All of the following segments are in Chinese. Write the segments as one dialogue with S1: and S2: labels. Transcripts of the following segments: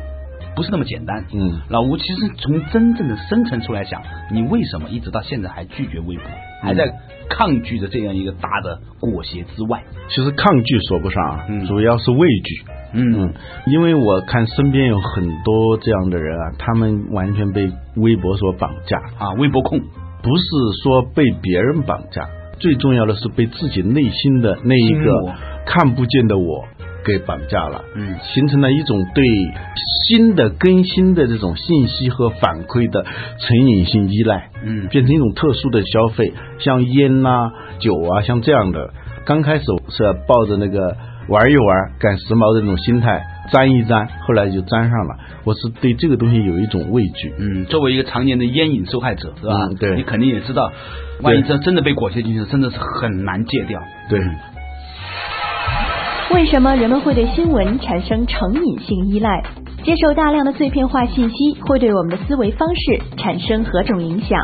S1: 不是那么简单，
S2: 嗯，
S1: 老吴其实从真正的深层处来讲，你为什么一直到现在还拒绝微博，还在抗拒着这样一个大的裹挟之外？
S2: 其实抗拒说不上啊，
S1: 嗯
S2: 主要是畏惧。
S1: 嗯，
S2: 因为我看身边有很多这样的人啊，他们完全被微博所绑架，
S1: 啊，微博控，
S2: 不是说被别人绑架，最重要的是被自己内心的那一
S1: 心魔
S2: 个看不见的我给绑架了。
S1: 嗯
S2: 形成了一种对新的更新的这种信息和反馈的成瘾性依赖。
S1: 嗯
S2: 变成一种特殊的消费，像烟呐、酒啊，像这样的。刚开始是抱着那个玩一玩、赶时髦的那种心态，沾一沾，后来就沾上了。我是对这个东西有一种畏惧。
S1: 嗯，作为一个常年的烟瘾受害者，是吧？
S2: 嗯对
S1: 你肯定也知道，万一真真的被裹挟进去，真的是很难戒掉。
S2: 对，
S3: 为什么人们会对新闻产生成瘾性依赖？接受大量的碎片化信息会对我们的思维方式产生何种影响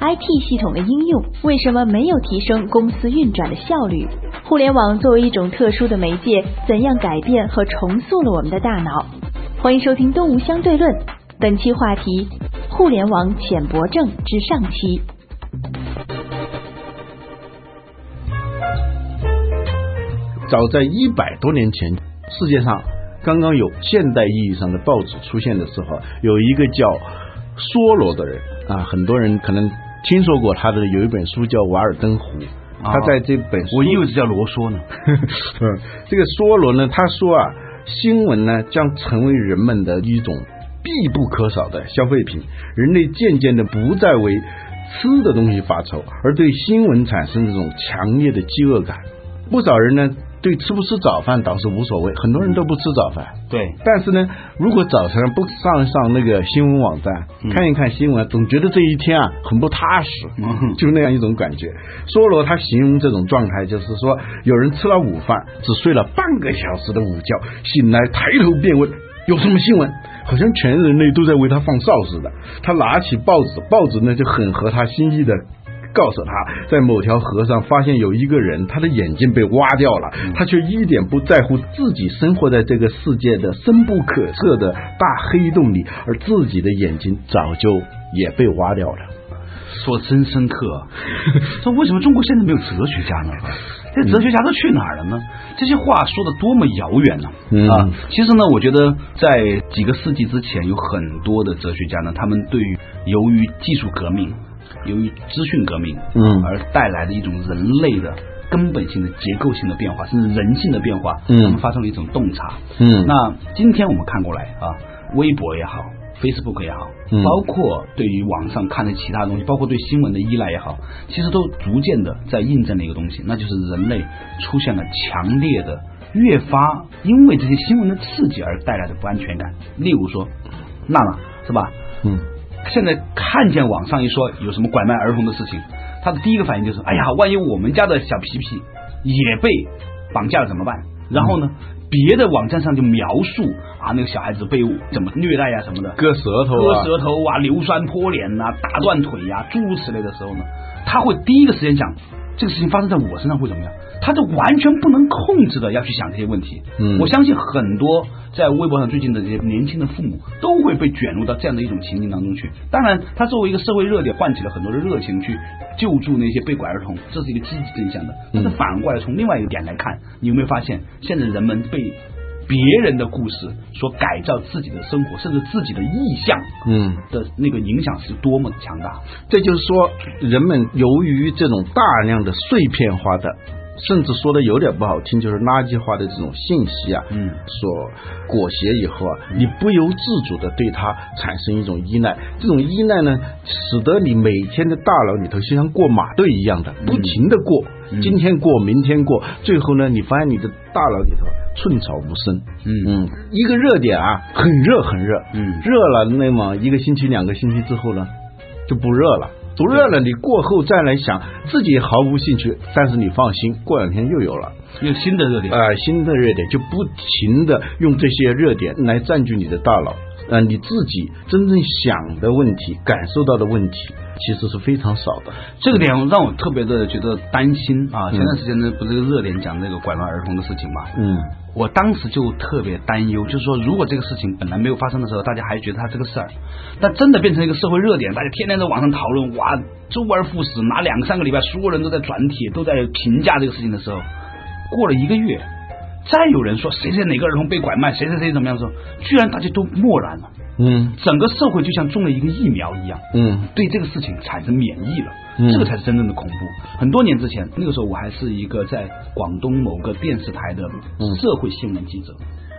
S3: ？IT 系统的应用为什么没有提升公司运转的效率？互联网作为一种特殊的媒介，怎样改变和重塑了我们的大脑？欢迎收听《东吴相对论》，本期话题：互联网浅薄症之上期。
S2: 早在一百多年前，世界上刚刚有现代意义上的报纸出现的时候，有一个叫梭罗的人啊，很多人可能听说过他的有一本书叫《瓦尔登湖》，他在这本书
S1: 我以为这叫罗嗦呢。
S2: 嗯，这个梭罗呢，他说啊，新闻呢将成为人们的一种必不可少的消费品。人类渐渐的不再为吃的东西发愁，而对新闻产生这种强烈的饥饿感。不少人呢，对吃不吃早饭倒是无所谓，很多人都不吃早饭。
S1: 对，
S2: 但是呢，如果早晨不上上那个新闻网站、看一看新闻，总觉得这一天啊很不踏实，
S1: 嗯
S2: 就那样一种感觉。梭罗他形容这种状态，就是说有人吃了午饭，只睡了半个小时的午觉，醒来抬头便问有什么新闻，好像全人类都在为他放哨似的。他拿起报纸，报纸呢就很合他心意的。告诉他，在某条河上发现有一个人，他的眼睛被挖掉了，他却一点不在乎自己生活在这个世界的深不可测的大黑洞里，而自己的眼睛早就也被挖掉了。
S1: 说真深刻 啊。说为什么中国现在没有哲学家呢？这哲学家都去哪儿了呢？这些话说的多么遥远呢、
S2: 嗯
S1: 啊！其实呢，我觉得在几个世纪之前，有很多的哲学家呢，他们对于由于技术革命、由于资讯革命，
S2: 嗯
S1: 而带来的一种人类的。根本性的结构性的变化，甚至人性的变化，
S2: 嗯
S1: 他们发生了一种洞察。
S2: 嗯
S1: 那今天我们看过来啊，微博也好，Facebook 也好，
S2: 嗯
S1: 包括对于网上看的其他东西，包括对新闻的依赖也好，其实都逐渐的在印证了一个东西，那就是人类出现了强烈的越发因为这些新闻的刺激而带来的不安全感。例如说，娜娜是吧？
S2: 嗯，
S1: 现在看见网上一说有什么拐卖儿童的事情，他的第一个反应就是：哎呀，万一我们家的小皮皮也被绑架了怎么办？然后呢，别的网站上就描述啊，那个小孩子被怎么虐待呀、什么的，
S2: 割舌头
S1: 割
S2: 啊，
S1: 舌头啊、硫酸泼脸呐、打断腿呀、诸如此类的时候呢，他会第一个时间想这个事情发生在我身上会怎么样，他就完全不能控制的要去想这些问题。
S2: 嗯
S1: 我相信很多在微博上最近的这些年轻的父母都会被卷入到这样的一种情境当中去。当然，它作为一个社会热点，唤起了很多的热情去救助那些被拐儿童，这是一个积极正向的。
S2: 嗯
S1: 但是反过来从另外一个点来看，你有没有发现现在人们被别人的故事所改造自己的生活，甚至自己的意向
S2: 嗯。
S1: 的那个影响是多么强大？
S2: 这就是说，人们由于这种大量的碎片化的甚至说的有点不好听，就是垃圾化的这种信息啊，
S1: 嗯
S2: 所裹挟以后啊，你不由自主的对它产生一种依赖，这种依赖呢，使得你每天的大脑里头就像过马队一样的
S1: 嗯
S2: 不停的过，今天过，明天过，最后呢，你发现你的大脑里头寸草不生，
S1: 嗯
S2: 嗯，一个热点啊，很热很热，
S1: 嗯
S2: 热了那么一个星期、两个星期之后呢，就不热了。不热了，你过后再来想，自己毫无兴趣，但是你放心，过两天又有了。
S1: 又新的热点。
S2: 呃，新的热点就不停的用这些热点来占据你的大脑。呃，你自己真正想的问题、感受到的问题，其实是非常少的。
S1: 这个点让我特别的觉得担心啊！
S2: 嗯
S1: 前段时间呢，不是这个热点讲那个拐卖儿童的事情嘛？
S2: 嗯
S1: 我当时就特别担忧，就是说，如果这个事情本来没有发生的时候，大家还觉得它这个事儿，但真的变成一个社会热点，大家天天在网上讨论，哇，周而复始，哪两三个礼拜，所有人都在转帖，都在评价这个事情的时候，过了一个月，再有人说谁谁哪个儿童被拐卖，谁谁谁怎么样的时候，居然大家都漠然了，
S2: 嗯
S1: 整个社会就像中了一个疫苗一样，
S2: 嗯
S1: 对这个事情产生免疫了，
S2: 嗯
S1: 这个才是真正的恐怖。很多年之前，那个时候我还是一个在广东某个电视台的
S2: 嗯
S1: 社会新闻记者，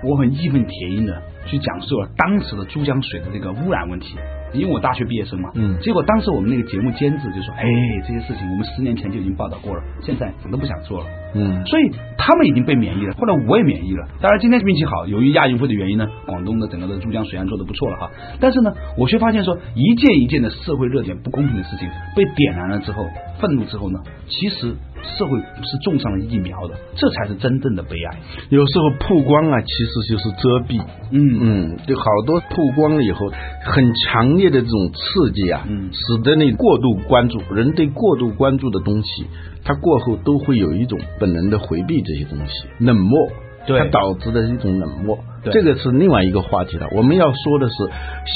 S1: 我很义愤填膺的去讲述了当时的珠江水的这个污染问题。因为我大学毕业生嘛，
S2: 嗯
S1: 结果当时我们那个节目监制就说，哎，这些事情我们十年前就已经报道过了，现在我都不想做了。
S2: 嗯
S1: 所以他们已经被免疫了，后来我也免疫了。当然今天运气好，由于亚运会的原因呢，广东的整个的珠江水岸做的不错了哈。但是呢，我却发现说一件一件的社会热点不公平的事情被点燃了之后，愤怒之后呢，其实社会是种上了疫苗的，这才是真正的悲哀。
S2: 有时候曝光啊，其实就是遮蔽。
S1: 嗯
S2: 嗯，就好多曝光了以后，很强烈的这种刺激啊，
S1: 嗯
S2: 使得你过度关注。人对过度关注的东西，他过后都会有一种本能的回避这些东西，冷漠。
S1: 对
S2: 它导致的一种冷漠，
S1: 对
S2: 这个是另外一个话题了。我们要说的是，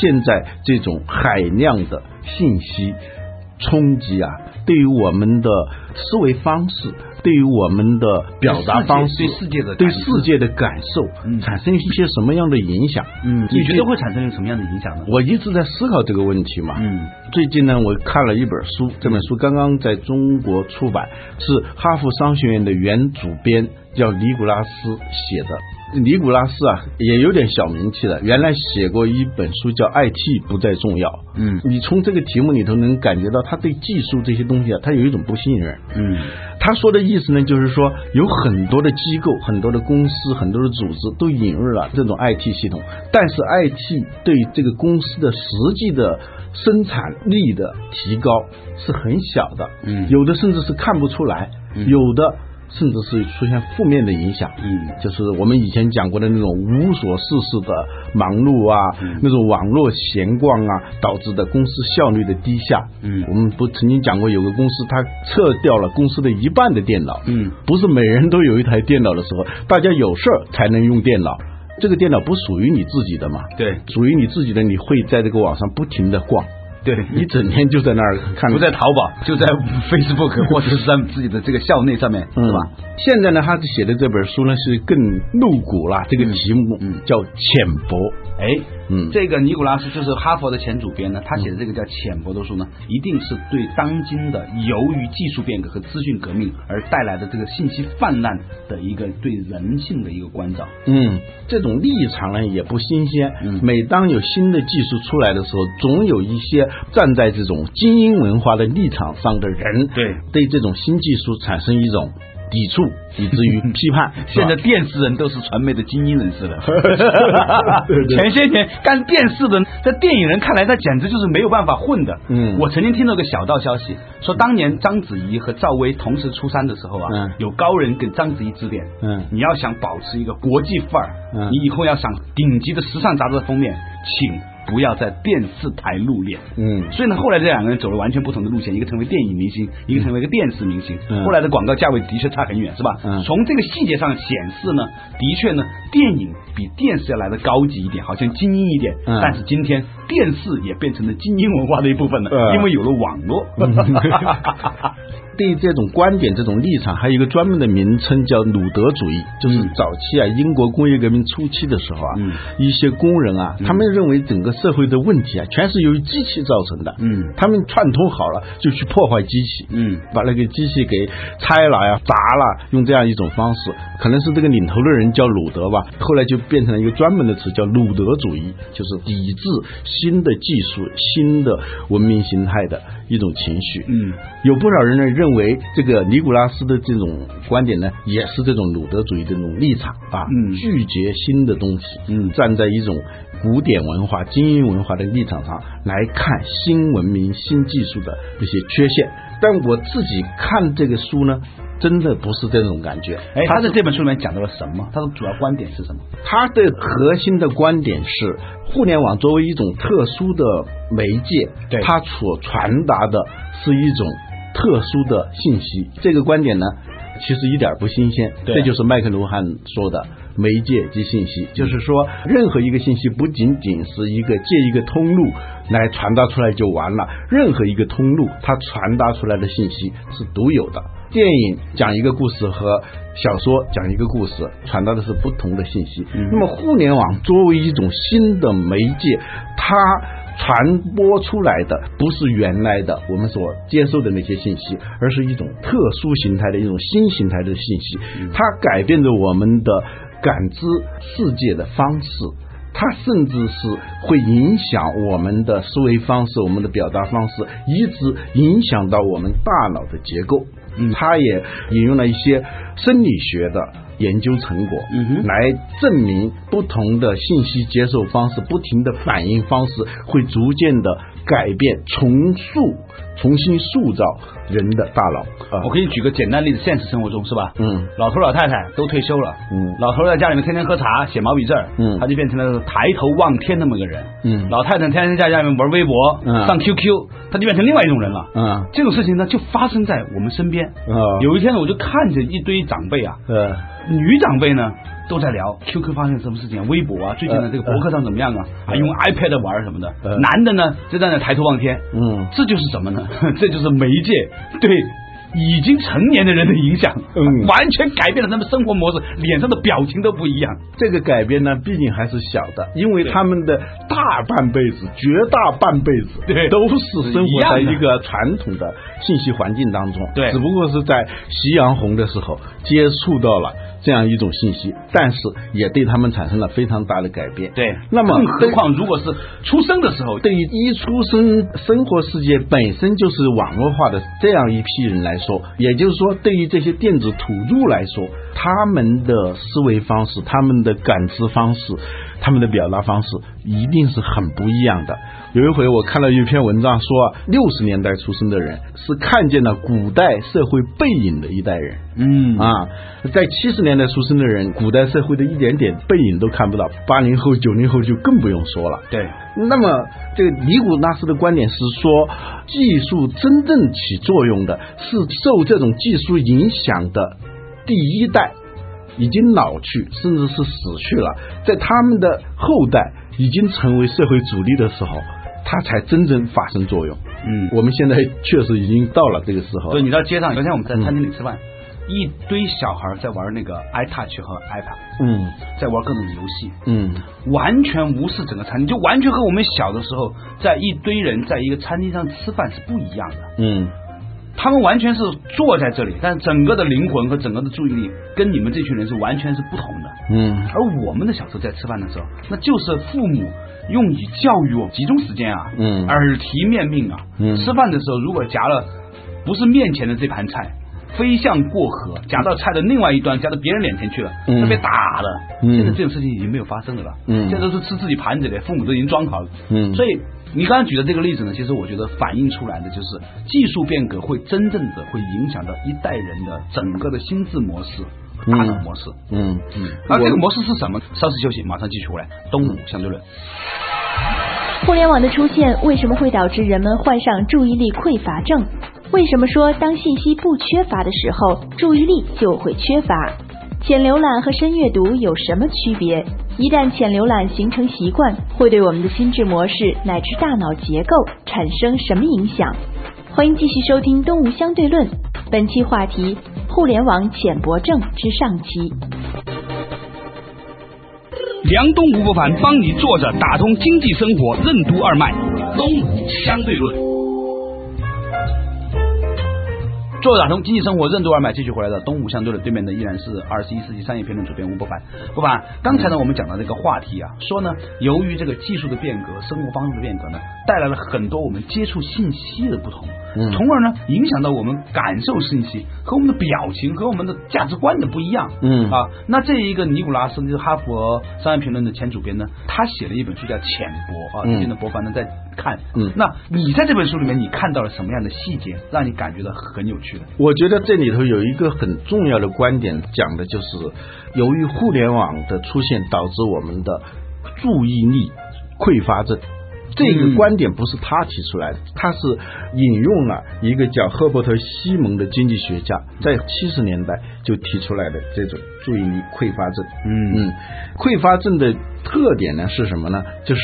S2: 现在这种海量的信息冲击啊，对于我们的思维方式，对于我们的表达方式，
S1: 对世界的
S2: 对
S1: 感知
S2: 世界的感受，
S1: 嗯
S2: 产生一些什么样的影响？
S1: 嗯，
S2: 你
S1: 你觉得会产生什么样的影响呢？
S2: 我一直在思考这个问题嘛。
S1: 嗯
S2: 最近呢，我看了一本书，这本书刚刚在中国出版，是哈佛商学院的原主编叫尼古拉斯写的。尼古拉斯啊，也有点小名气了，原来写过一本书叫《IT 不再重要》。
S1: 嗯
S2: 你从这个题目里头能感觉到他对技术这些东西啊，他有一种不信任。
S1: 嗯
S2: 他说的意思呢，就是说有很多的机构、很多的公司、很多的组织都引入了这种 IT 系统，但是 IT 对这个公司的实际的生产力的提高是很小的，
S1: 嗯
S2: 有的甚至是看不出来，有的甚至是出现负面的影响，
S1: 嗯
S2: 就是我们以前讲过的那种无所事事的忙碌啊，
S1: 嗯
S2: 那种网络闲逛啊，导致的公司效率的低下。
S1: 嗯
S2: 我们不曾经讲过，有个公司它撤掉了公司的一半的电脑。
S1: 嗯，
S2: 不是每人都有一台电脑的时候，大家有事儿才能用电脑。这个电脑不属于你自己的嘛？
S1: 对
S2: 属于你自己的，你会在这个网上不停的逛，
S1: 对，
S2: 一整天就在那儿看。
S1: 嗯不在淘宝，就在 Facebook 或者是在自己的这个校内上面，
S2: 嗯
S1: 是吧？？
S2: 现在呢，他写的这本书呢是更露骨了，这个题目
S1: 嗯嗯
S2: 叫浅薄。
S1: 哎，
S2: 嗯
S1: 这个尼古拉斯就是哈佛的前主编呢，他写的这个叫《浅薄》的书呢，一定是对当今的由于技术变革和资讯革命而带来的这个信息泛滥的一个对人性的一个关照。
S2: 嗯，这种立场呢也不新鲜。
S1: 嗯
S2: 每当有新的技术出来的时候，总有一些站在这种精英文化的立场上的人，
S1: 对
S2: 对这种新技术产生一种抵触，以至于批判。是
S1: 现
S2: 吧
S1: 在电视人都是传媒的精英人士 了
S2: 对。对
S1: 前些年干电视的，在电影人看来，那简直就是没有办法混的。
S2: 嗯
S1: 我曾经听到个小道消息，说当年章子怡和赵薇同时出山的时候啊，
S2: 嗯
S1: 有高人给章子怡指点，
S2: 嗯
S1: 你要想保持一个国际范儿，
S2: 嗯
S1: 你以后要上顶级的时尚杂志的封面，请不要在电视台露脸。
S2: 嗯
S1: 所以呢，后来这两个人走了完全不同的路线，一个成为电影明星，一个成为一个电视明星。
S2: 嗯
S1: 后来的广告价位的确差很远，是吧？
S2: 嗯
S1: 从这个细节上显示呢，的确呢，电影比电视要来的高级一点，好像精英一点。
S2: 嗯
S1: 但是今天 电视也变成了精英文化的一部分了，
S2: 嗯
S1: 因为有了网络。
S2: 对这种观点、这种立场，还有一个专门的名称叫鲁德主义，就是
S1: 嗯
S2: 早期啊，英国工业革命初期的时候啊，
S1: 嗯
S2: 一些工人啊，他们认为整个社会的问题啊，全是由于机器造成的，
S1: 嗯
S2: 他们串通好了就去破坏机器，
S1: 嗯
S2: 把那个机器给拆了呀、砸了，用这样一种方式，可能是这个领头的人叫鲁德吧，后来就变成了一个专门的词叫鲁德主义，就是抵制新的技术、新的文明形态的一种情绪。
S1: 嗯，
S2: 有不少人呢认为这个尼古拉斯的这种观点呢，也是这种鲁德主义的这种立场啊，
S1: 嗯
S2: 拒绝新的东西，
S1: 嗯
S2: 站在一种古典文化、精英文化的立场上来看新文明、新技术的这些缺陷。但我自己看这个书呢，真的不是这种感觉。
S1: 哎，他在这本书里面讲到了什么？他的主要观点是什么？
S2: 他的核心的观点是，互联网作为一种特殊的媒介，
S1: 对
S2: 它所传达的是一种特殊的信息。这个观点呢，其实一点儿不新鲜，
S1: 对嗯
S2: 这就是麦克卢汉说的。媒介及信息，就是说，任何一个信息不仅仅是一个借一个通路来传达出来就完了，任何一个通路它传达出来的信息是独有的。电影讲一个故事和小说讲一个故事，传达的是不同的信息。那么，互联网作为一种新的媒介，它传播出来的不是原来的我们所接受的那些信息，而是一种特殊形态的一种新形态的信息，它改变着我们的感知世界的方式。它甚至是会影响我们的思维方式、我们的表达方式，一直影响到我们大脑的结构。嗯，它也引用了一些生理学的研究成果，
S1: 嗯哼
S2: 来证明不同的信息接受方式、不停的反应方式会逐渐的改变、重塑、重新塑造人的大脑。啊
S1: 我给你举个简单例子，现实生活中是吧？
S2: 嗯，
S1: 老头老太太都退休了，
S2: 嗯
S1: 老头在家里面天天喝茶写毛笔字儿，
S2: 嗯
S1: 他就变成了抬头望天那么个人，
S2: 嗯
S1: 老太太天天在家里面玩微博，
S2: 嗯
S1: 上 QQ，他就变成另外一种人了，
S2: 嗯
S1: 这种事情呢就发生在我们身边，
S2: 啊
S1: 有一天呢我就看着一堆长辈啊，
S2: 呃
S1: 女长辈呢都在聊 QQ 发生什么事情啊，微博啊，最近的
S2: 呃
S1: 这个博客上怎么样啊，啊用 iPad 玩儿什么的，
S2: 呃
S1: 男的呢就在那抬头望天，
S2: 嗯
S1: 这就是什么呢？ 这就是媒介对已经成年的人的影响，
S2: 嗯
S1: 完全改变了他们生活模式，脸上的表情都不一样。
S2: 这个改变呢，毕竟还是小的，因为他们的大半辈子、绝大半辈子
S1: 对
S2: 都是生活在
S1: 是一样的
S2: 一个传统的信息环境当中，
S1: 对
S2: 只不过是在夕阳红的时候接触到了这样一种信息，但是也对他们产生了非常大的改变。
S1: 对，
S2: 那么
S1: 更何况如果是出生的时候，
S2: 对于一出生生活世界本身就是网络化的这样一批人来说，也就是说，对于这些电子土著来说，他们的思维方式、他们的感知方式、他们的表达方式，一定是很不一样的。有一回我看到一篇文章说，六十年代出生的人是看见了古代社会背影的一代人。
S1: 嗯
S2: 啊，在七十年代出生的人，古代社会的一点点背影都看不到，八零后、九零后就更不用说了。
S1: 对，
S2: 那么，这个尼古拉斯的观点是说，技术真正起作用的是受这种技术影响的第一代已经老去，甚至是死去了，在他们的后代已经成为社会主力的时候，它才真正发生作用。
S1: 嗯
S2: 我们现在确实已经到了这个时候
S1: 对，
S2: 了。
S1: 你到街上，昨天我们
S2: 嗯
S1: 在餐厅里吃饭，一堆小孩在玩那个 iTouch 和 iPad，
S2: 嗯
S1: 在玩各种游戏。
S2: 嗯
S1: 完全无视整个餐厅，就完全和我们小的时候在一堆人在一个餐厅上吃饭是不一样的。
S2: 嗯，
S1: 他们完全是坐在这里，但整个的灵魂和整个的注意力跟你们这群人是完全是不同的。
S2: 嗯，
S1: 而我们的小时候在吃饭的时候，那就是父母用以教育我集中时间啊，
S2: 嗯
S1: 耳提面命啊，
S2: 嗯
S1: 吃饭的时候如果夹了不是面前的这盘菜，飞向过河，夹到菜的另外一端，夹到别人脸前去了，
S2: 嗯
S1: 那被打的。
S2: 嗯
S1: 现在这种事情已经没有发生了了，
S2: 嗯
S1: 现在都是吃自己盘子里，父母都已经装好了，
S2: 嗯
S1: 所以。你刚刚举的这个例子呢，其实我觉得反映出来的就是技术变革会真正的会影响到一代人的整个的心智模式、大脑模式。
S2: 嗯，
S1: 那这个
S2: 我
S1: 模式是什么？稍事休息，马上继续回来。东吴相对论，
S3: 互联网的出现为什么会导致人们患上注意力匮乏症？为什么说当信息不缺乏的时候，注意力就会缺乏？浅浏览和深阅读有什么区别？一旦浅浏览形成习惯，会对我们的心智模式乃至大脑结构产生什么影响？欢迎继续收听《东吴相对论》，本期话题：互联网浅薄症之上期。
S4: 梁东吴不凡帮你坐着打通经济生活任督二脉，东吴相对论。
S1: 做打通经济生活任督二脉，继续回来的东吴相对论对面的依然是二十一世纪商业评论主编吴伯凡。不凡，刚才呢我们讲到这个话题啊，说呢由于这个技术的变革、生活方式的变革呢，带来了很多我们接触信息的不同，
S2: 嗯
S1: 从而呢影响到我们感受信息和我们的表情和我们的价值观的不一样。
S2: 嗯
S1: 啊，那这一个尼古拉斯就是哈佛商业评论的前主编呢，他写了一本书叫《浅薄》啊，
S2: 嗯
S1: 最近的博凡呢在看。
S2: 嗯
S1: 那你在这本书里面你看到了什么样的细节，让你感觉到很有趣的？
S2: 我觉得这里头有一个很重要的观点，讲的就是由于互联网的出现，导致我们的注意力匮乏症。这个观点不是他提出来的，他是引用了一个叫赫伯特·西蒙的经济学家，在七十年代就提出来的这种注意力匮乏症。
S1: 嗯
S2: 嗯，匮乏症的特点呢是什么呢？就是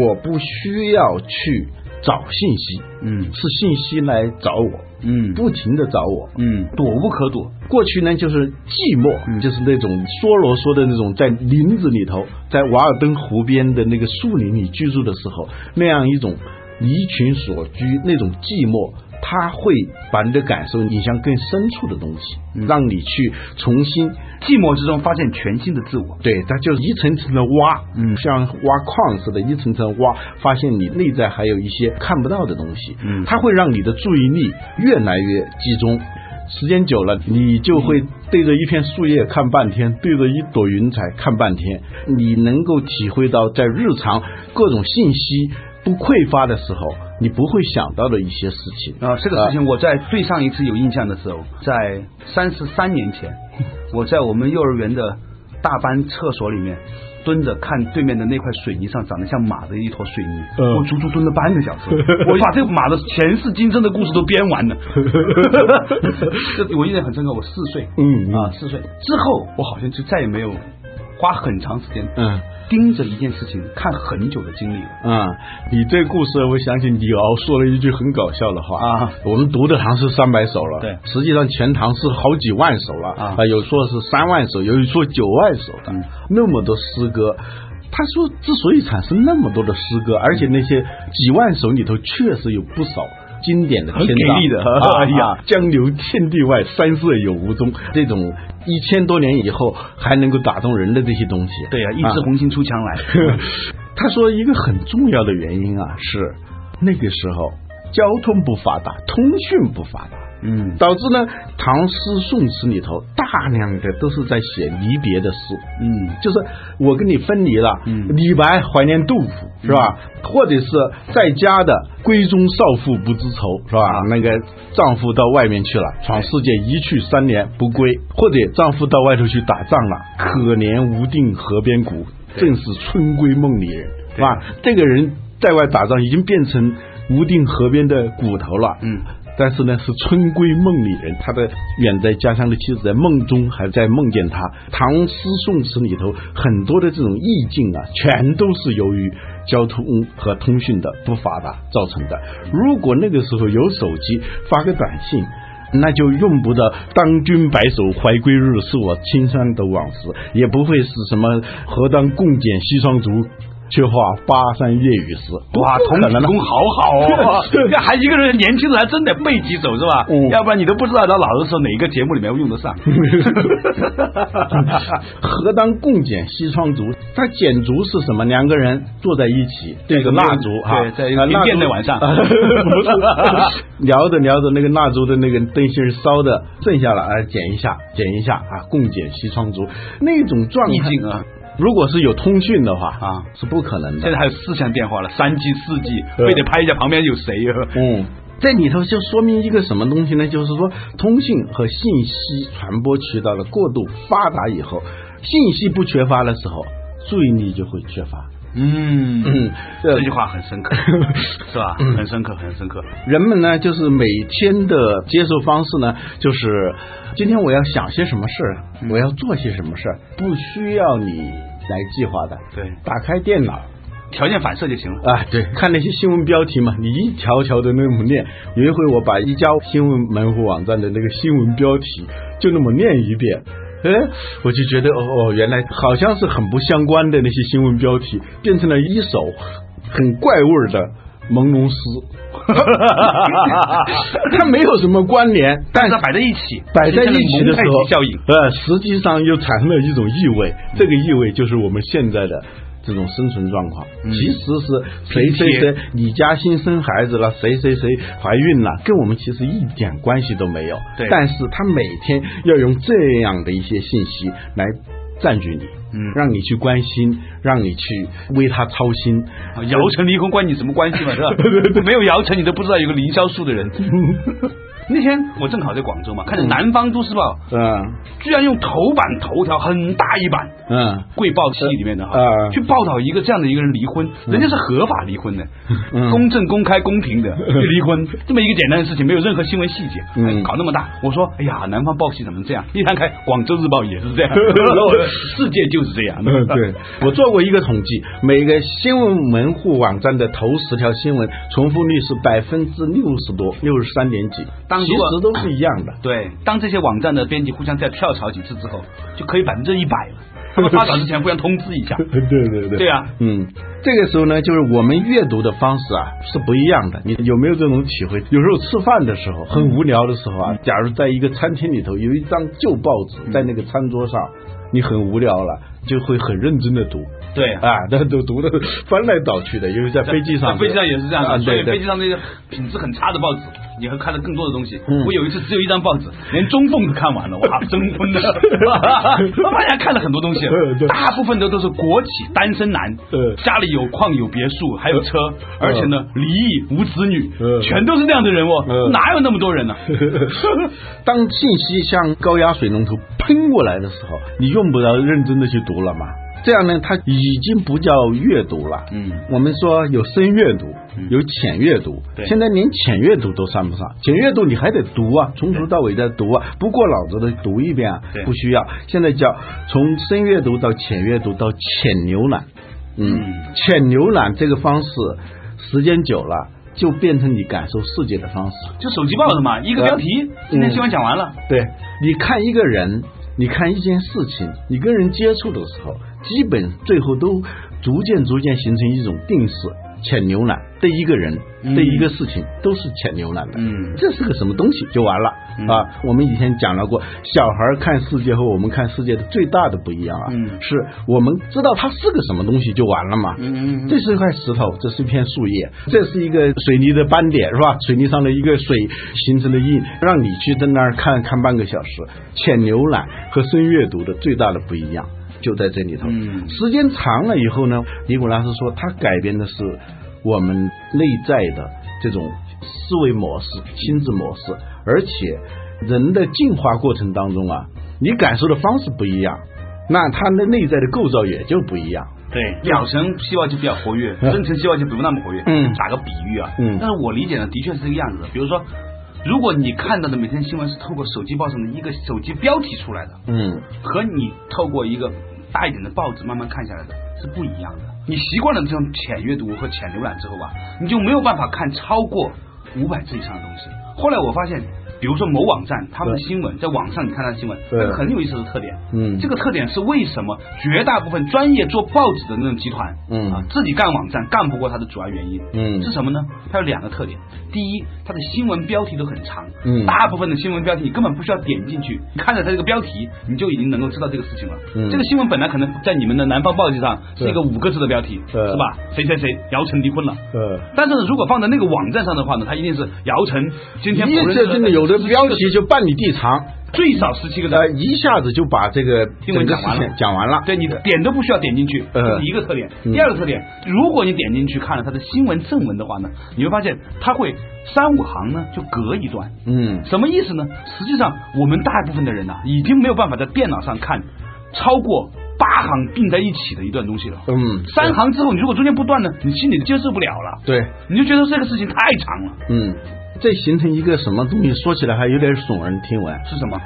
S2: 我不需要去找信息，
S1: 嗯
S2: 是信息来找我，
S1: 嗯
S2: 不停的找我。
S1: 嗯，躲无可躲。
S2: 过去呢，就是寂寞，
S1: 嗯
S2: 就是那种梭罗说的那种，在林子里头，在瓦尔登湖边的那个树林里居住的时候，那样一种离群所居那种寂寞，它会把你的感受引向更深处的东西，让你去重新
S1: 寂寞之中发现全新的自我。
S2: 对，它就是一层层的挖，
S1: 嗯
S2: 像挖矿似的，一层层挖，发现你内在还有一些看不到的东西，
S1: 嗯
S2: 它会让你的注意力越来越集中，时间久了，你就会对着一片树叶看半天，对着一朵云彩看半天，你能够体会到在日常各种信息不匮乏的时候，你不会想到的一些事情
S1: 啊，这个事情我在最上一次有印象的时候，在三十三年 前，我在我们幼儿园的大班厕所里面蹲着看对面的那块水泥上长得像马的一坨水泥，
S2: 嗯
S1: 我足足蹲了半个小时，我把这个马的前世今生的故事都编完了。这我印象很深刻，我四岁，
S2: 嗯
S1: 啊，四岁之后，我好像就再也没有花很长时间
S2: 嗯
S1: 盯着一件事情看很久的经历了。
S2: 啊、你这故事我想起李敖哦说了一句很搞笑的话
S1: 啊
S2: 我们读的唐诗三百首了，
S1: 对
S2: 实际上全唐诗好几万首了
S1: 啊
S2: 有说是三万首，有说九万首的，
S1: 嗯
S2: 那么多诗歌。他说，之所以产生那么多的诗歌，而且那些几万首里头确实有不少经典的
S1: 很
S2: 天
S1: 给
S2: 大
S1: 力的
S2: 啊、
S1: 哎呀
S2: 啊江流天地外，山色有吾宗，这种一千多年以后还能够打动人的这些东西，
S1: 对啊呀、一啊枝红杏出墙来。
S2: 他说一个很重要的原因啊，是那个时候交通不发达，通讯不发达，
S1: 嗯
S2: 导致呢唐诗宋词里头大量的都是在写离别的诗，
S1: 嗯
S2: 就是我跟你分离了。
S1: 嗯
S2: 李白怀念杜甫是吧？或者是在家的闺中少妇不知愁是吧？那个丈夫到外面去了，闯世界一去三年不归，或者丈夫到外头去打仗了，可怜无定河边骨，正是春归梦里人是吧？这个人在外打仗已经变成无定河边的骨头了，
S1: 嗯。
S2: 但是呢，是春归梦里人，他的远在家乡的妻子在梦中还在梦见他。唐诗宋词里头很多的这种意境啊，全都是由于交通和通讯的不发达造成的。如果那个时候有手机，发个短信。那就用不着“当君白首怀归日，是我青山的往事”，也不会是什么“何当共剪西窗烛，却话巴山夜雨时”。
S1: 哇，
S2: 不
S1: 童
S2: 可能
S1: 子
S2: 的！
S1: 功好好 哦
S2: 对
S1: 这还一个人年轻人还真得背几首是吧？
S2: 嗯
S1: 要不然你都不知道到老的时候哪一个节目里面用得 上。
S2: 何当共剪西窗烛？它剪烛是什么？两个人坐在一起，对
S1: 个
S2: 着蜡
S1: 面
S2: 烛
S1: 对
S2: 哈，
S1: 在一个
S2: 啊
S1: 停
S2: 蜡
S1: 电
S2: 烛
S1: 的晚上
S2: 不是聊着聊着那个蜡烛的那个灯芯儿烧的剩下了，啊，剪一下，剪一下啊，共剪西窗烛那种状态
S1: 意境啊！
S2: 如果是有通讯的话
S1: 啊，
S2: 是不可能的。
S1: 现在还有四项电话了，三 G、四 G，
S2: 对
S1: 非得拍一下旁边有谁啊？
S2: 嗯，这里头就说明一个什么东西呢？就是说，通信和信息传播渠道的过度发达以后，信息不缺乏的时候，注意力就会缺乏。
S1: 嗯，
S2: 嗯，这嗯
S1: 这句话很 深刻，是吧？很深刻，很深刻。
S2: 人们呢，就是每天的接受方式呢，就是今天我要想些什么事儿，啊我要做些什么事儿，不需要你来计划的。
S1: 对
S2: 打开电脑，
S1: 条件反射就行了。
S2: 啊，对，看那些新闻标题嘛，你一条条的那么念。有一回我把一家新闻门户网站的那个新闻标题就那么念一遍，哎，我就觉得哦哦，原来好像是很不相关的那些新闻标题，变成了一首很怪味儿的朦 胧诗。 它没有什么关联，但
S1: 但是摆在一起，
S2: 摆在一起的时
S1: 形
S2: 候，
S1: 成了蒙太奇效应。
S2: 呃，实际上又产生了一种意味，这个意味就是我们现在的。这种生存状况，
S1: 嗯
S2: 其实是谁谁谁，你家新生孩子了，谁谁谁怀孕了，跟我们其实一点关系都没有。
S1: 对
S2: 但是他每天要用这样的一些信息来占据你，
S1: 嗯
S2: 让你去关心，让你去为他操心，
S1: 姚晨啊离婚关你什么关系嘛，是 吧？没有姚晨，你都不知道有个凌潇肃的人。那天我正好在广州嘛，看着《南方都市报》
S2: 嗯
S1: 居然用头版头条很大一版《
S2: 嗯
S1: 贵报》系里面的哈、
S2: 呃
S1: 去报道一个这样的一个人离婚，人家是合法离婚的，
S2: 嗯
S1: 公正、公开、公 平的就离婚，这么一个简单的事情，没有任何新闻细节，
S2: 嗯
S1: 哎搞那么大。我说，哎呀，南方报系怎么这样？一摊开，《广州日报》也是这 样，世界就是这样。
S2: 嗯，对，我做过一个统计，每个新闻门户网站的头十条新闻重复率是百分之六十多，六十三点几，
S1: 当
S2: 其
S1: 如果
S2: 实都是一样的。
S1: 对，当这些网站的编辑互相再跳槽几次之后，就可以百分之一百了。他 们发稿之前互相通知一下。
S2: 对对对
S1: 对啊，
S2: 嗯，这个时候呢，就是我们阅读的方式啊是不一样的。你有没有这种体会？有时候吃饭的时候，很无聊的时候啊，
S1: 嗯
S2: 假如在一个餐厅里头有一张旧报纸在那个餐桌上，你很无聊了，就会很认真的读。
S1: 对啊，
S2: 啊，那都读的翻来倒去的，尤其在飞机上，
S1: 在飞机上也是这样的，
S2: 啊、
S1: 所以
S2: 对
S1: 飞
S2: 对
S1: 机。上那些品质很差的报纸，你会看到更多的东西。
S2: 嗯
S1: 我有一次只有一张报纸，连中缝都看完了， 哇，真昏的！我发现看了很多东西
S2: 嗯对，
S1: 大部分都都是国企单身男
S2: 嗯，
S1: 家里有矿有别墅还有车，而且呢离异无子女
S2: 嗯，
S1: 全都是这样的人哦，
S2: 嗯
S1: 哪有那么多人呢？
S2: 当信息像高压水龙头喷过来的时候，你用不着认真的去读了嘛。这样呢，它已经不叫阅读了。
S1: 嗯，
S2: 我们说有深阅读
S1: 嗯，
S2: 有浅阅读。
S1: 对
S2: 现在连浅阅读都算不上，浅阅读你还得读啊，从头到尾再读啊，不过脑子的读一遍啊
S1: 对，
S2: 不需要。现在叫从深阅读到浅阅读到浅浏览。嗯
S1: 嗯，
S2: 浅浏览这个方式，时间久了就变成你感受世界的方式。
S1: 就手机报的嘛，一个标题，今天新闻讲完了，
S2: 对，你看一个人，你看一件事情，你跟人接触的时候，基本最后都逐渐逐渐形成一种定式。浅浏览对一个人、
S1: 嗯
S2: 对一个事情都是浅浏览的，
S1: 嗯
S2: 这是个什么东西就完了、
S1: 嗯
S2: 啊！我们以前讲到过，小孩儿看世界和我们看世界的最大的不一样啊，
S1: 嗯
S2: 是我们知道它是个什么东西就完了嘛，
S1: 嗯
S2: 这是一块石头，这是一片树叶，这是一个水泥的斑点，是吧？水泥上的一个水形成的印，让你去在那儿看看半个小时。浅浏览和深阅读的最大的不一样就在这里头。
S1: 嗯
S2: 时间长了以后呢，尼古拉斯说他改变的是我们内在的这种思维模式、心智模式，而且人的进化过程当中啊，你感受的方式不一样，那他的内在的构造也就不一样。
S1: 对，鸟神希望就比较活跃，
S2: 嗯
S1: 真诚希望就不那么活跃。
S2: 嗯
S1: 打个比喻啊，
S2: 嗯
S1: 但是我理解呢，的确是这个样子的。比如说，如果你看到的每天新闻是透过手机报上的一个手机标题出来的，
S2: 嗯。
S1: 和你透过一个大一点的报纸慢慢看下来的是不一样的。你习惯了这种浅阅读和浅浏览之后吧，你就没有办法看超过五百字以上的东西。后来我发现，比如说某网站他们的
S2: 对
S1: 新闻，在网上你看到的新闻，
S2: 对
S1: 有个很有意思的特点。
S2: 嗯
S1: 这个特点是为什么绝大部分专业做报纸的那种集团，
S2: 嗯
S1: 啊，自己干网站干不过它的主要原因，
S2: 嗯
S1: 是什么呢？它有两个特点，第一，它的新闻标题都很长，
S2: 嗯
S1: 大部分的新闻标题你根本不需要点进去，你看着它这个标题，你就已经能够知道这个事情了。
S2: 嗯
S1: 这个新闻本来可能在你们的南方报纸上是一个五个字的标题，
S2: 对
S1: 是吧？谁谁谁姚晨离婚了。
S2: 呃，
S1: 但是如果放在那个网站上的话呢，它一定是姚晨今天否
S2: 一
S1: 认
S2: 这真的有的标
S1: 17
S2: 题就半里地长，
S1: 个最少十七个字，
S2: 呃，一下子就把这个
S1: 新闻
S2: 整个
S1: 讲完
S2: 事
S1: 了
S2: 情讲完了。
S1: 对你点都不需要点进去，
S2: 呃
S1: 这是一个特点。
S2: 嗯
S1: 第二个特点，如果你点进去看了它的新闻正文的话呢，你会发现它会三五行呢就隔一段，
S2: 嗯
S1: 什么意思呢？实际上我们大部分的人呐、已经没有办法在电脑上看超过八行并在一起的一段东西了。
S2: 嗯，
S1: 三行之后，你如果中间不断呢，你心里就接受不了了，
S2: 对，
S1: 你就觉得这个事情太长了，
S2: 嗯，这形成一个什么东西？说起来还有点耸人听闻，
S1: 是什么？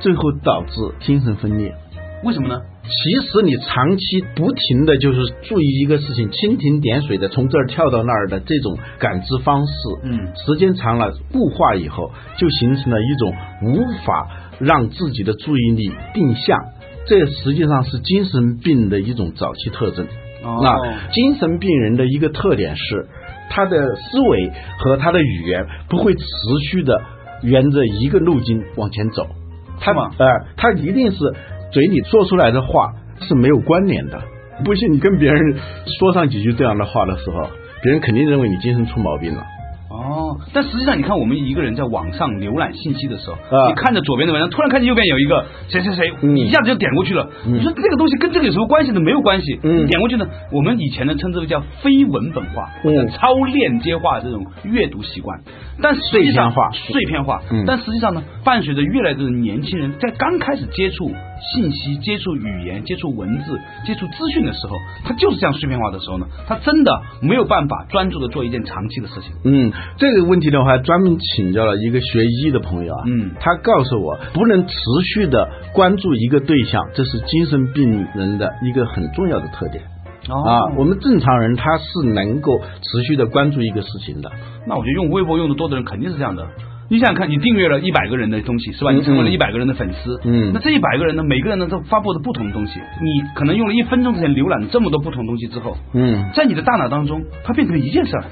S2: 最后导致精神分裂。
S1: 为什么呢？
S2: 其实你长期不停的就是注意一个事情，蜻蜓点水的从这儿跳到那儿的这种感知方式，
S1: 嗯
S2: 时间长了固化以后，就形成了一种无法让自己的注意力定向。这实际上是精神病的一种早期特征。
S1: 哦
S2: 那精神病人的一个特点是，他的思维和他的语言不会持续的沿着一个路径往前走，他
S1: 是吗
S2: 呃，他一定是嘴里说出来的话是没有关联的。不信你跟别人说上几句这样的话的时候，别人肯定认为你精神出毛病了。
S1: 哦，但实际上你看，我们一个人在网上浏览信息的时候，
S2: 啊
S1: 你看着左边的文章，突然看见右边有一个谁谁谁，
S2: 嗯
S1: 你一下子就点过去了。
S2: 嗯
S1: 你说这个东西跟这个有什么关系呢？没有关系。
S2: 嗯
S1: 你点过去呢，我们以前呢称之为叫非文本化或者
S2: 嗯
S1: 超链接化这种阅读习惯，但实际上
S2: 碎片化
S1: 碎片化
S2: 嗯。
S1: 但实际上呢，伴随着越来越多的年轻人在刚开始接触信息、接触语言、接触文字、接触资讯的时候，他就是这样碎片化的时候呢，他真的没有办法专注的做一件长期的事情。
S2: 嗯，这个问题的话，专门请教了一个学医的朋友啊，
S1: 嗯
S2: 他告诉我，不能持续的关注一个对象，这是精神病人的一个很重要的特点、
S1: 哦
S2: 啊。我们正常人他是能够持续的关注一个事情的，
S1: 那我觉得用微博用的多的人肯定是这样的。你想想看，你订阅了一百个人的东西是吧？
S2: 嗯
S1: 你成为了
S2: 嗯
S1: 一百个人的粉丝，
S2: 嗯
S1: 那这一百个人呢，每个人呢都发布的不同的东西，你可能用了一分钟时间浏览了这么多不同的东西之后，
S2: 嗯
S1: 在你的大脑当中，它变成了一件事儿，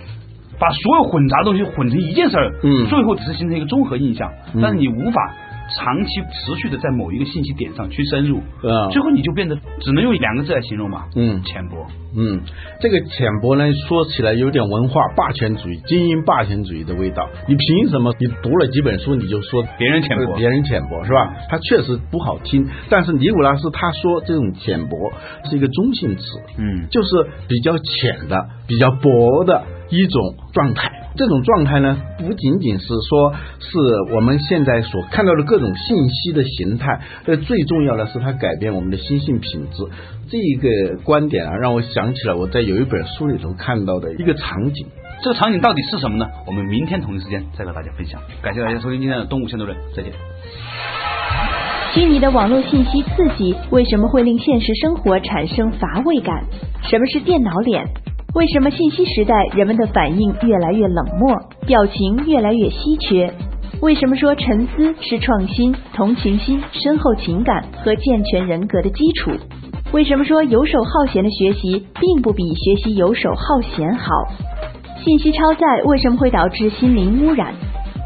S1: 把所有混杂的东西混成一件事儿，
S2: 嗯
S1: 最后只是形成一个综合印象，
S2: 嗯
S1: 但是你无法长期持续的在某一个信息点上去深入，
S2: 啊
S1: 最后你就变得只能用两个字来形容嘛，
S2: 嗯
S1: 浅薄。
S2: 嗯，这个浅薄呢，说起来有点文化霸权主义、精英霸权主义的味道。你凭什么？你读了几本书你就说
S1: 别人浅薄
S2: 别人浅薄是吧？它确实不好听，但是尼古拉斯他说这种浅薄是一个中性词，
S1: 嗯
S2: 就是比较浅的、比较薄的一种状态。这种状态呢，不仅仅是说是我们现在所看到的各种信息的形态，呃，最重要的是它改变我们的心性品质。这一个观点啊，让我想起了我在有一本书里头看到的一个场景。
S1: 这个场景到底是什么呢？我们明天同一时间再和大家分享。感谢大家收听今天的《东吴相对论》，再见。
S3: 虚拟的网络信息刺激为什么会令现实生活产生乏味感？什么是电脑脸？为什么信息时代人们的反应越来越冷漠，表情越来越稀缺？为什么说沉思是创新、同情心、深厚情感和健全人格的基础？为什么说游手好闲的学习并不比学习游手好闲好？信息超载为什么会导致心灵污染？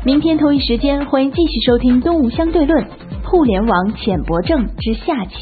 S3: 明天同一时间，欢迎继续收听《东吴相对论：互联网浅薄症之下期》。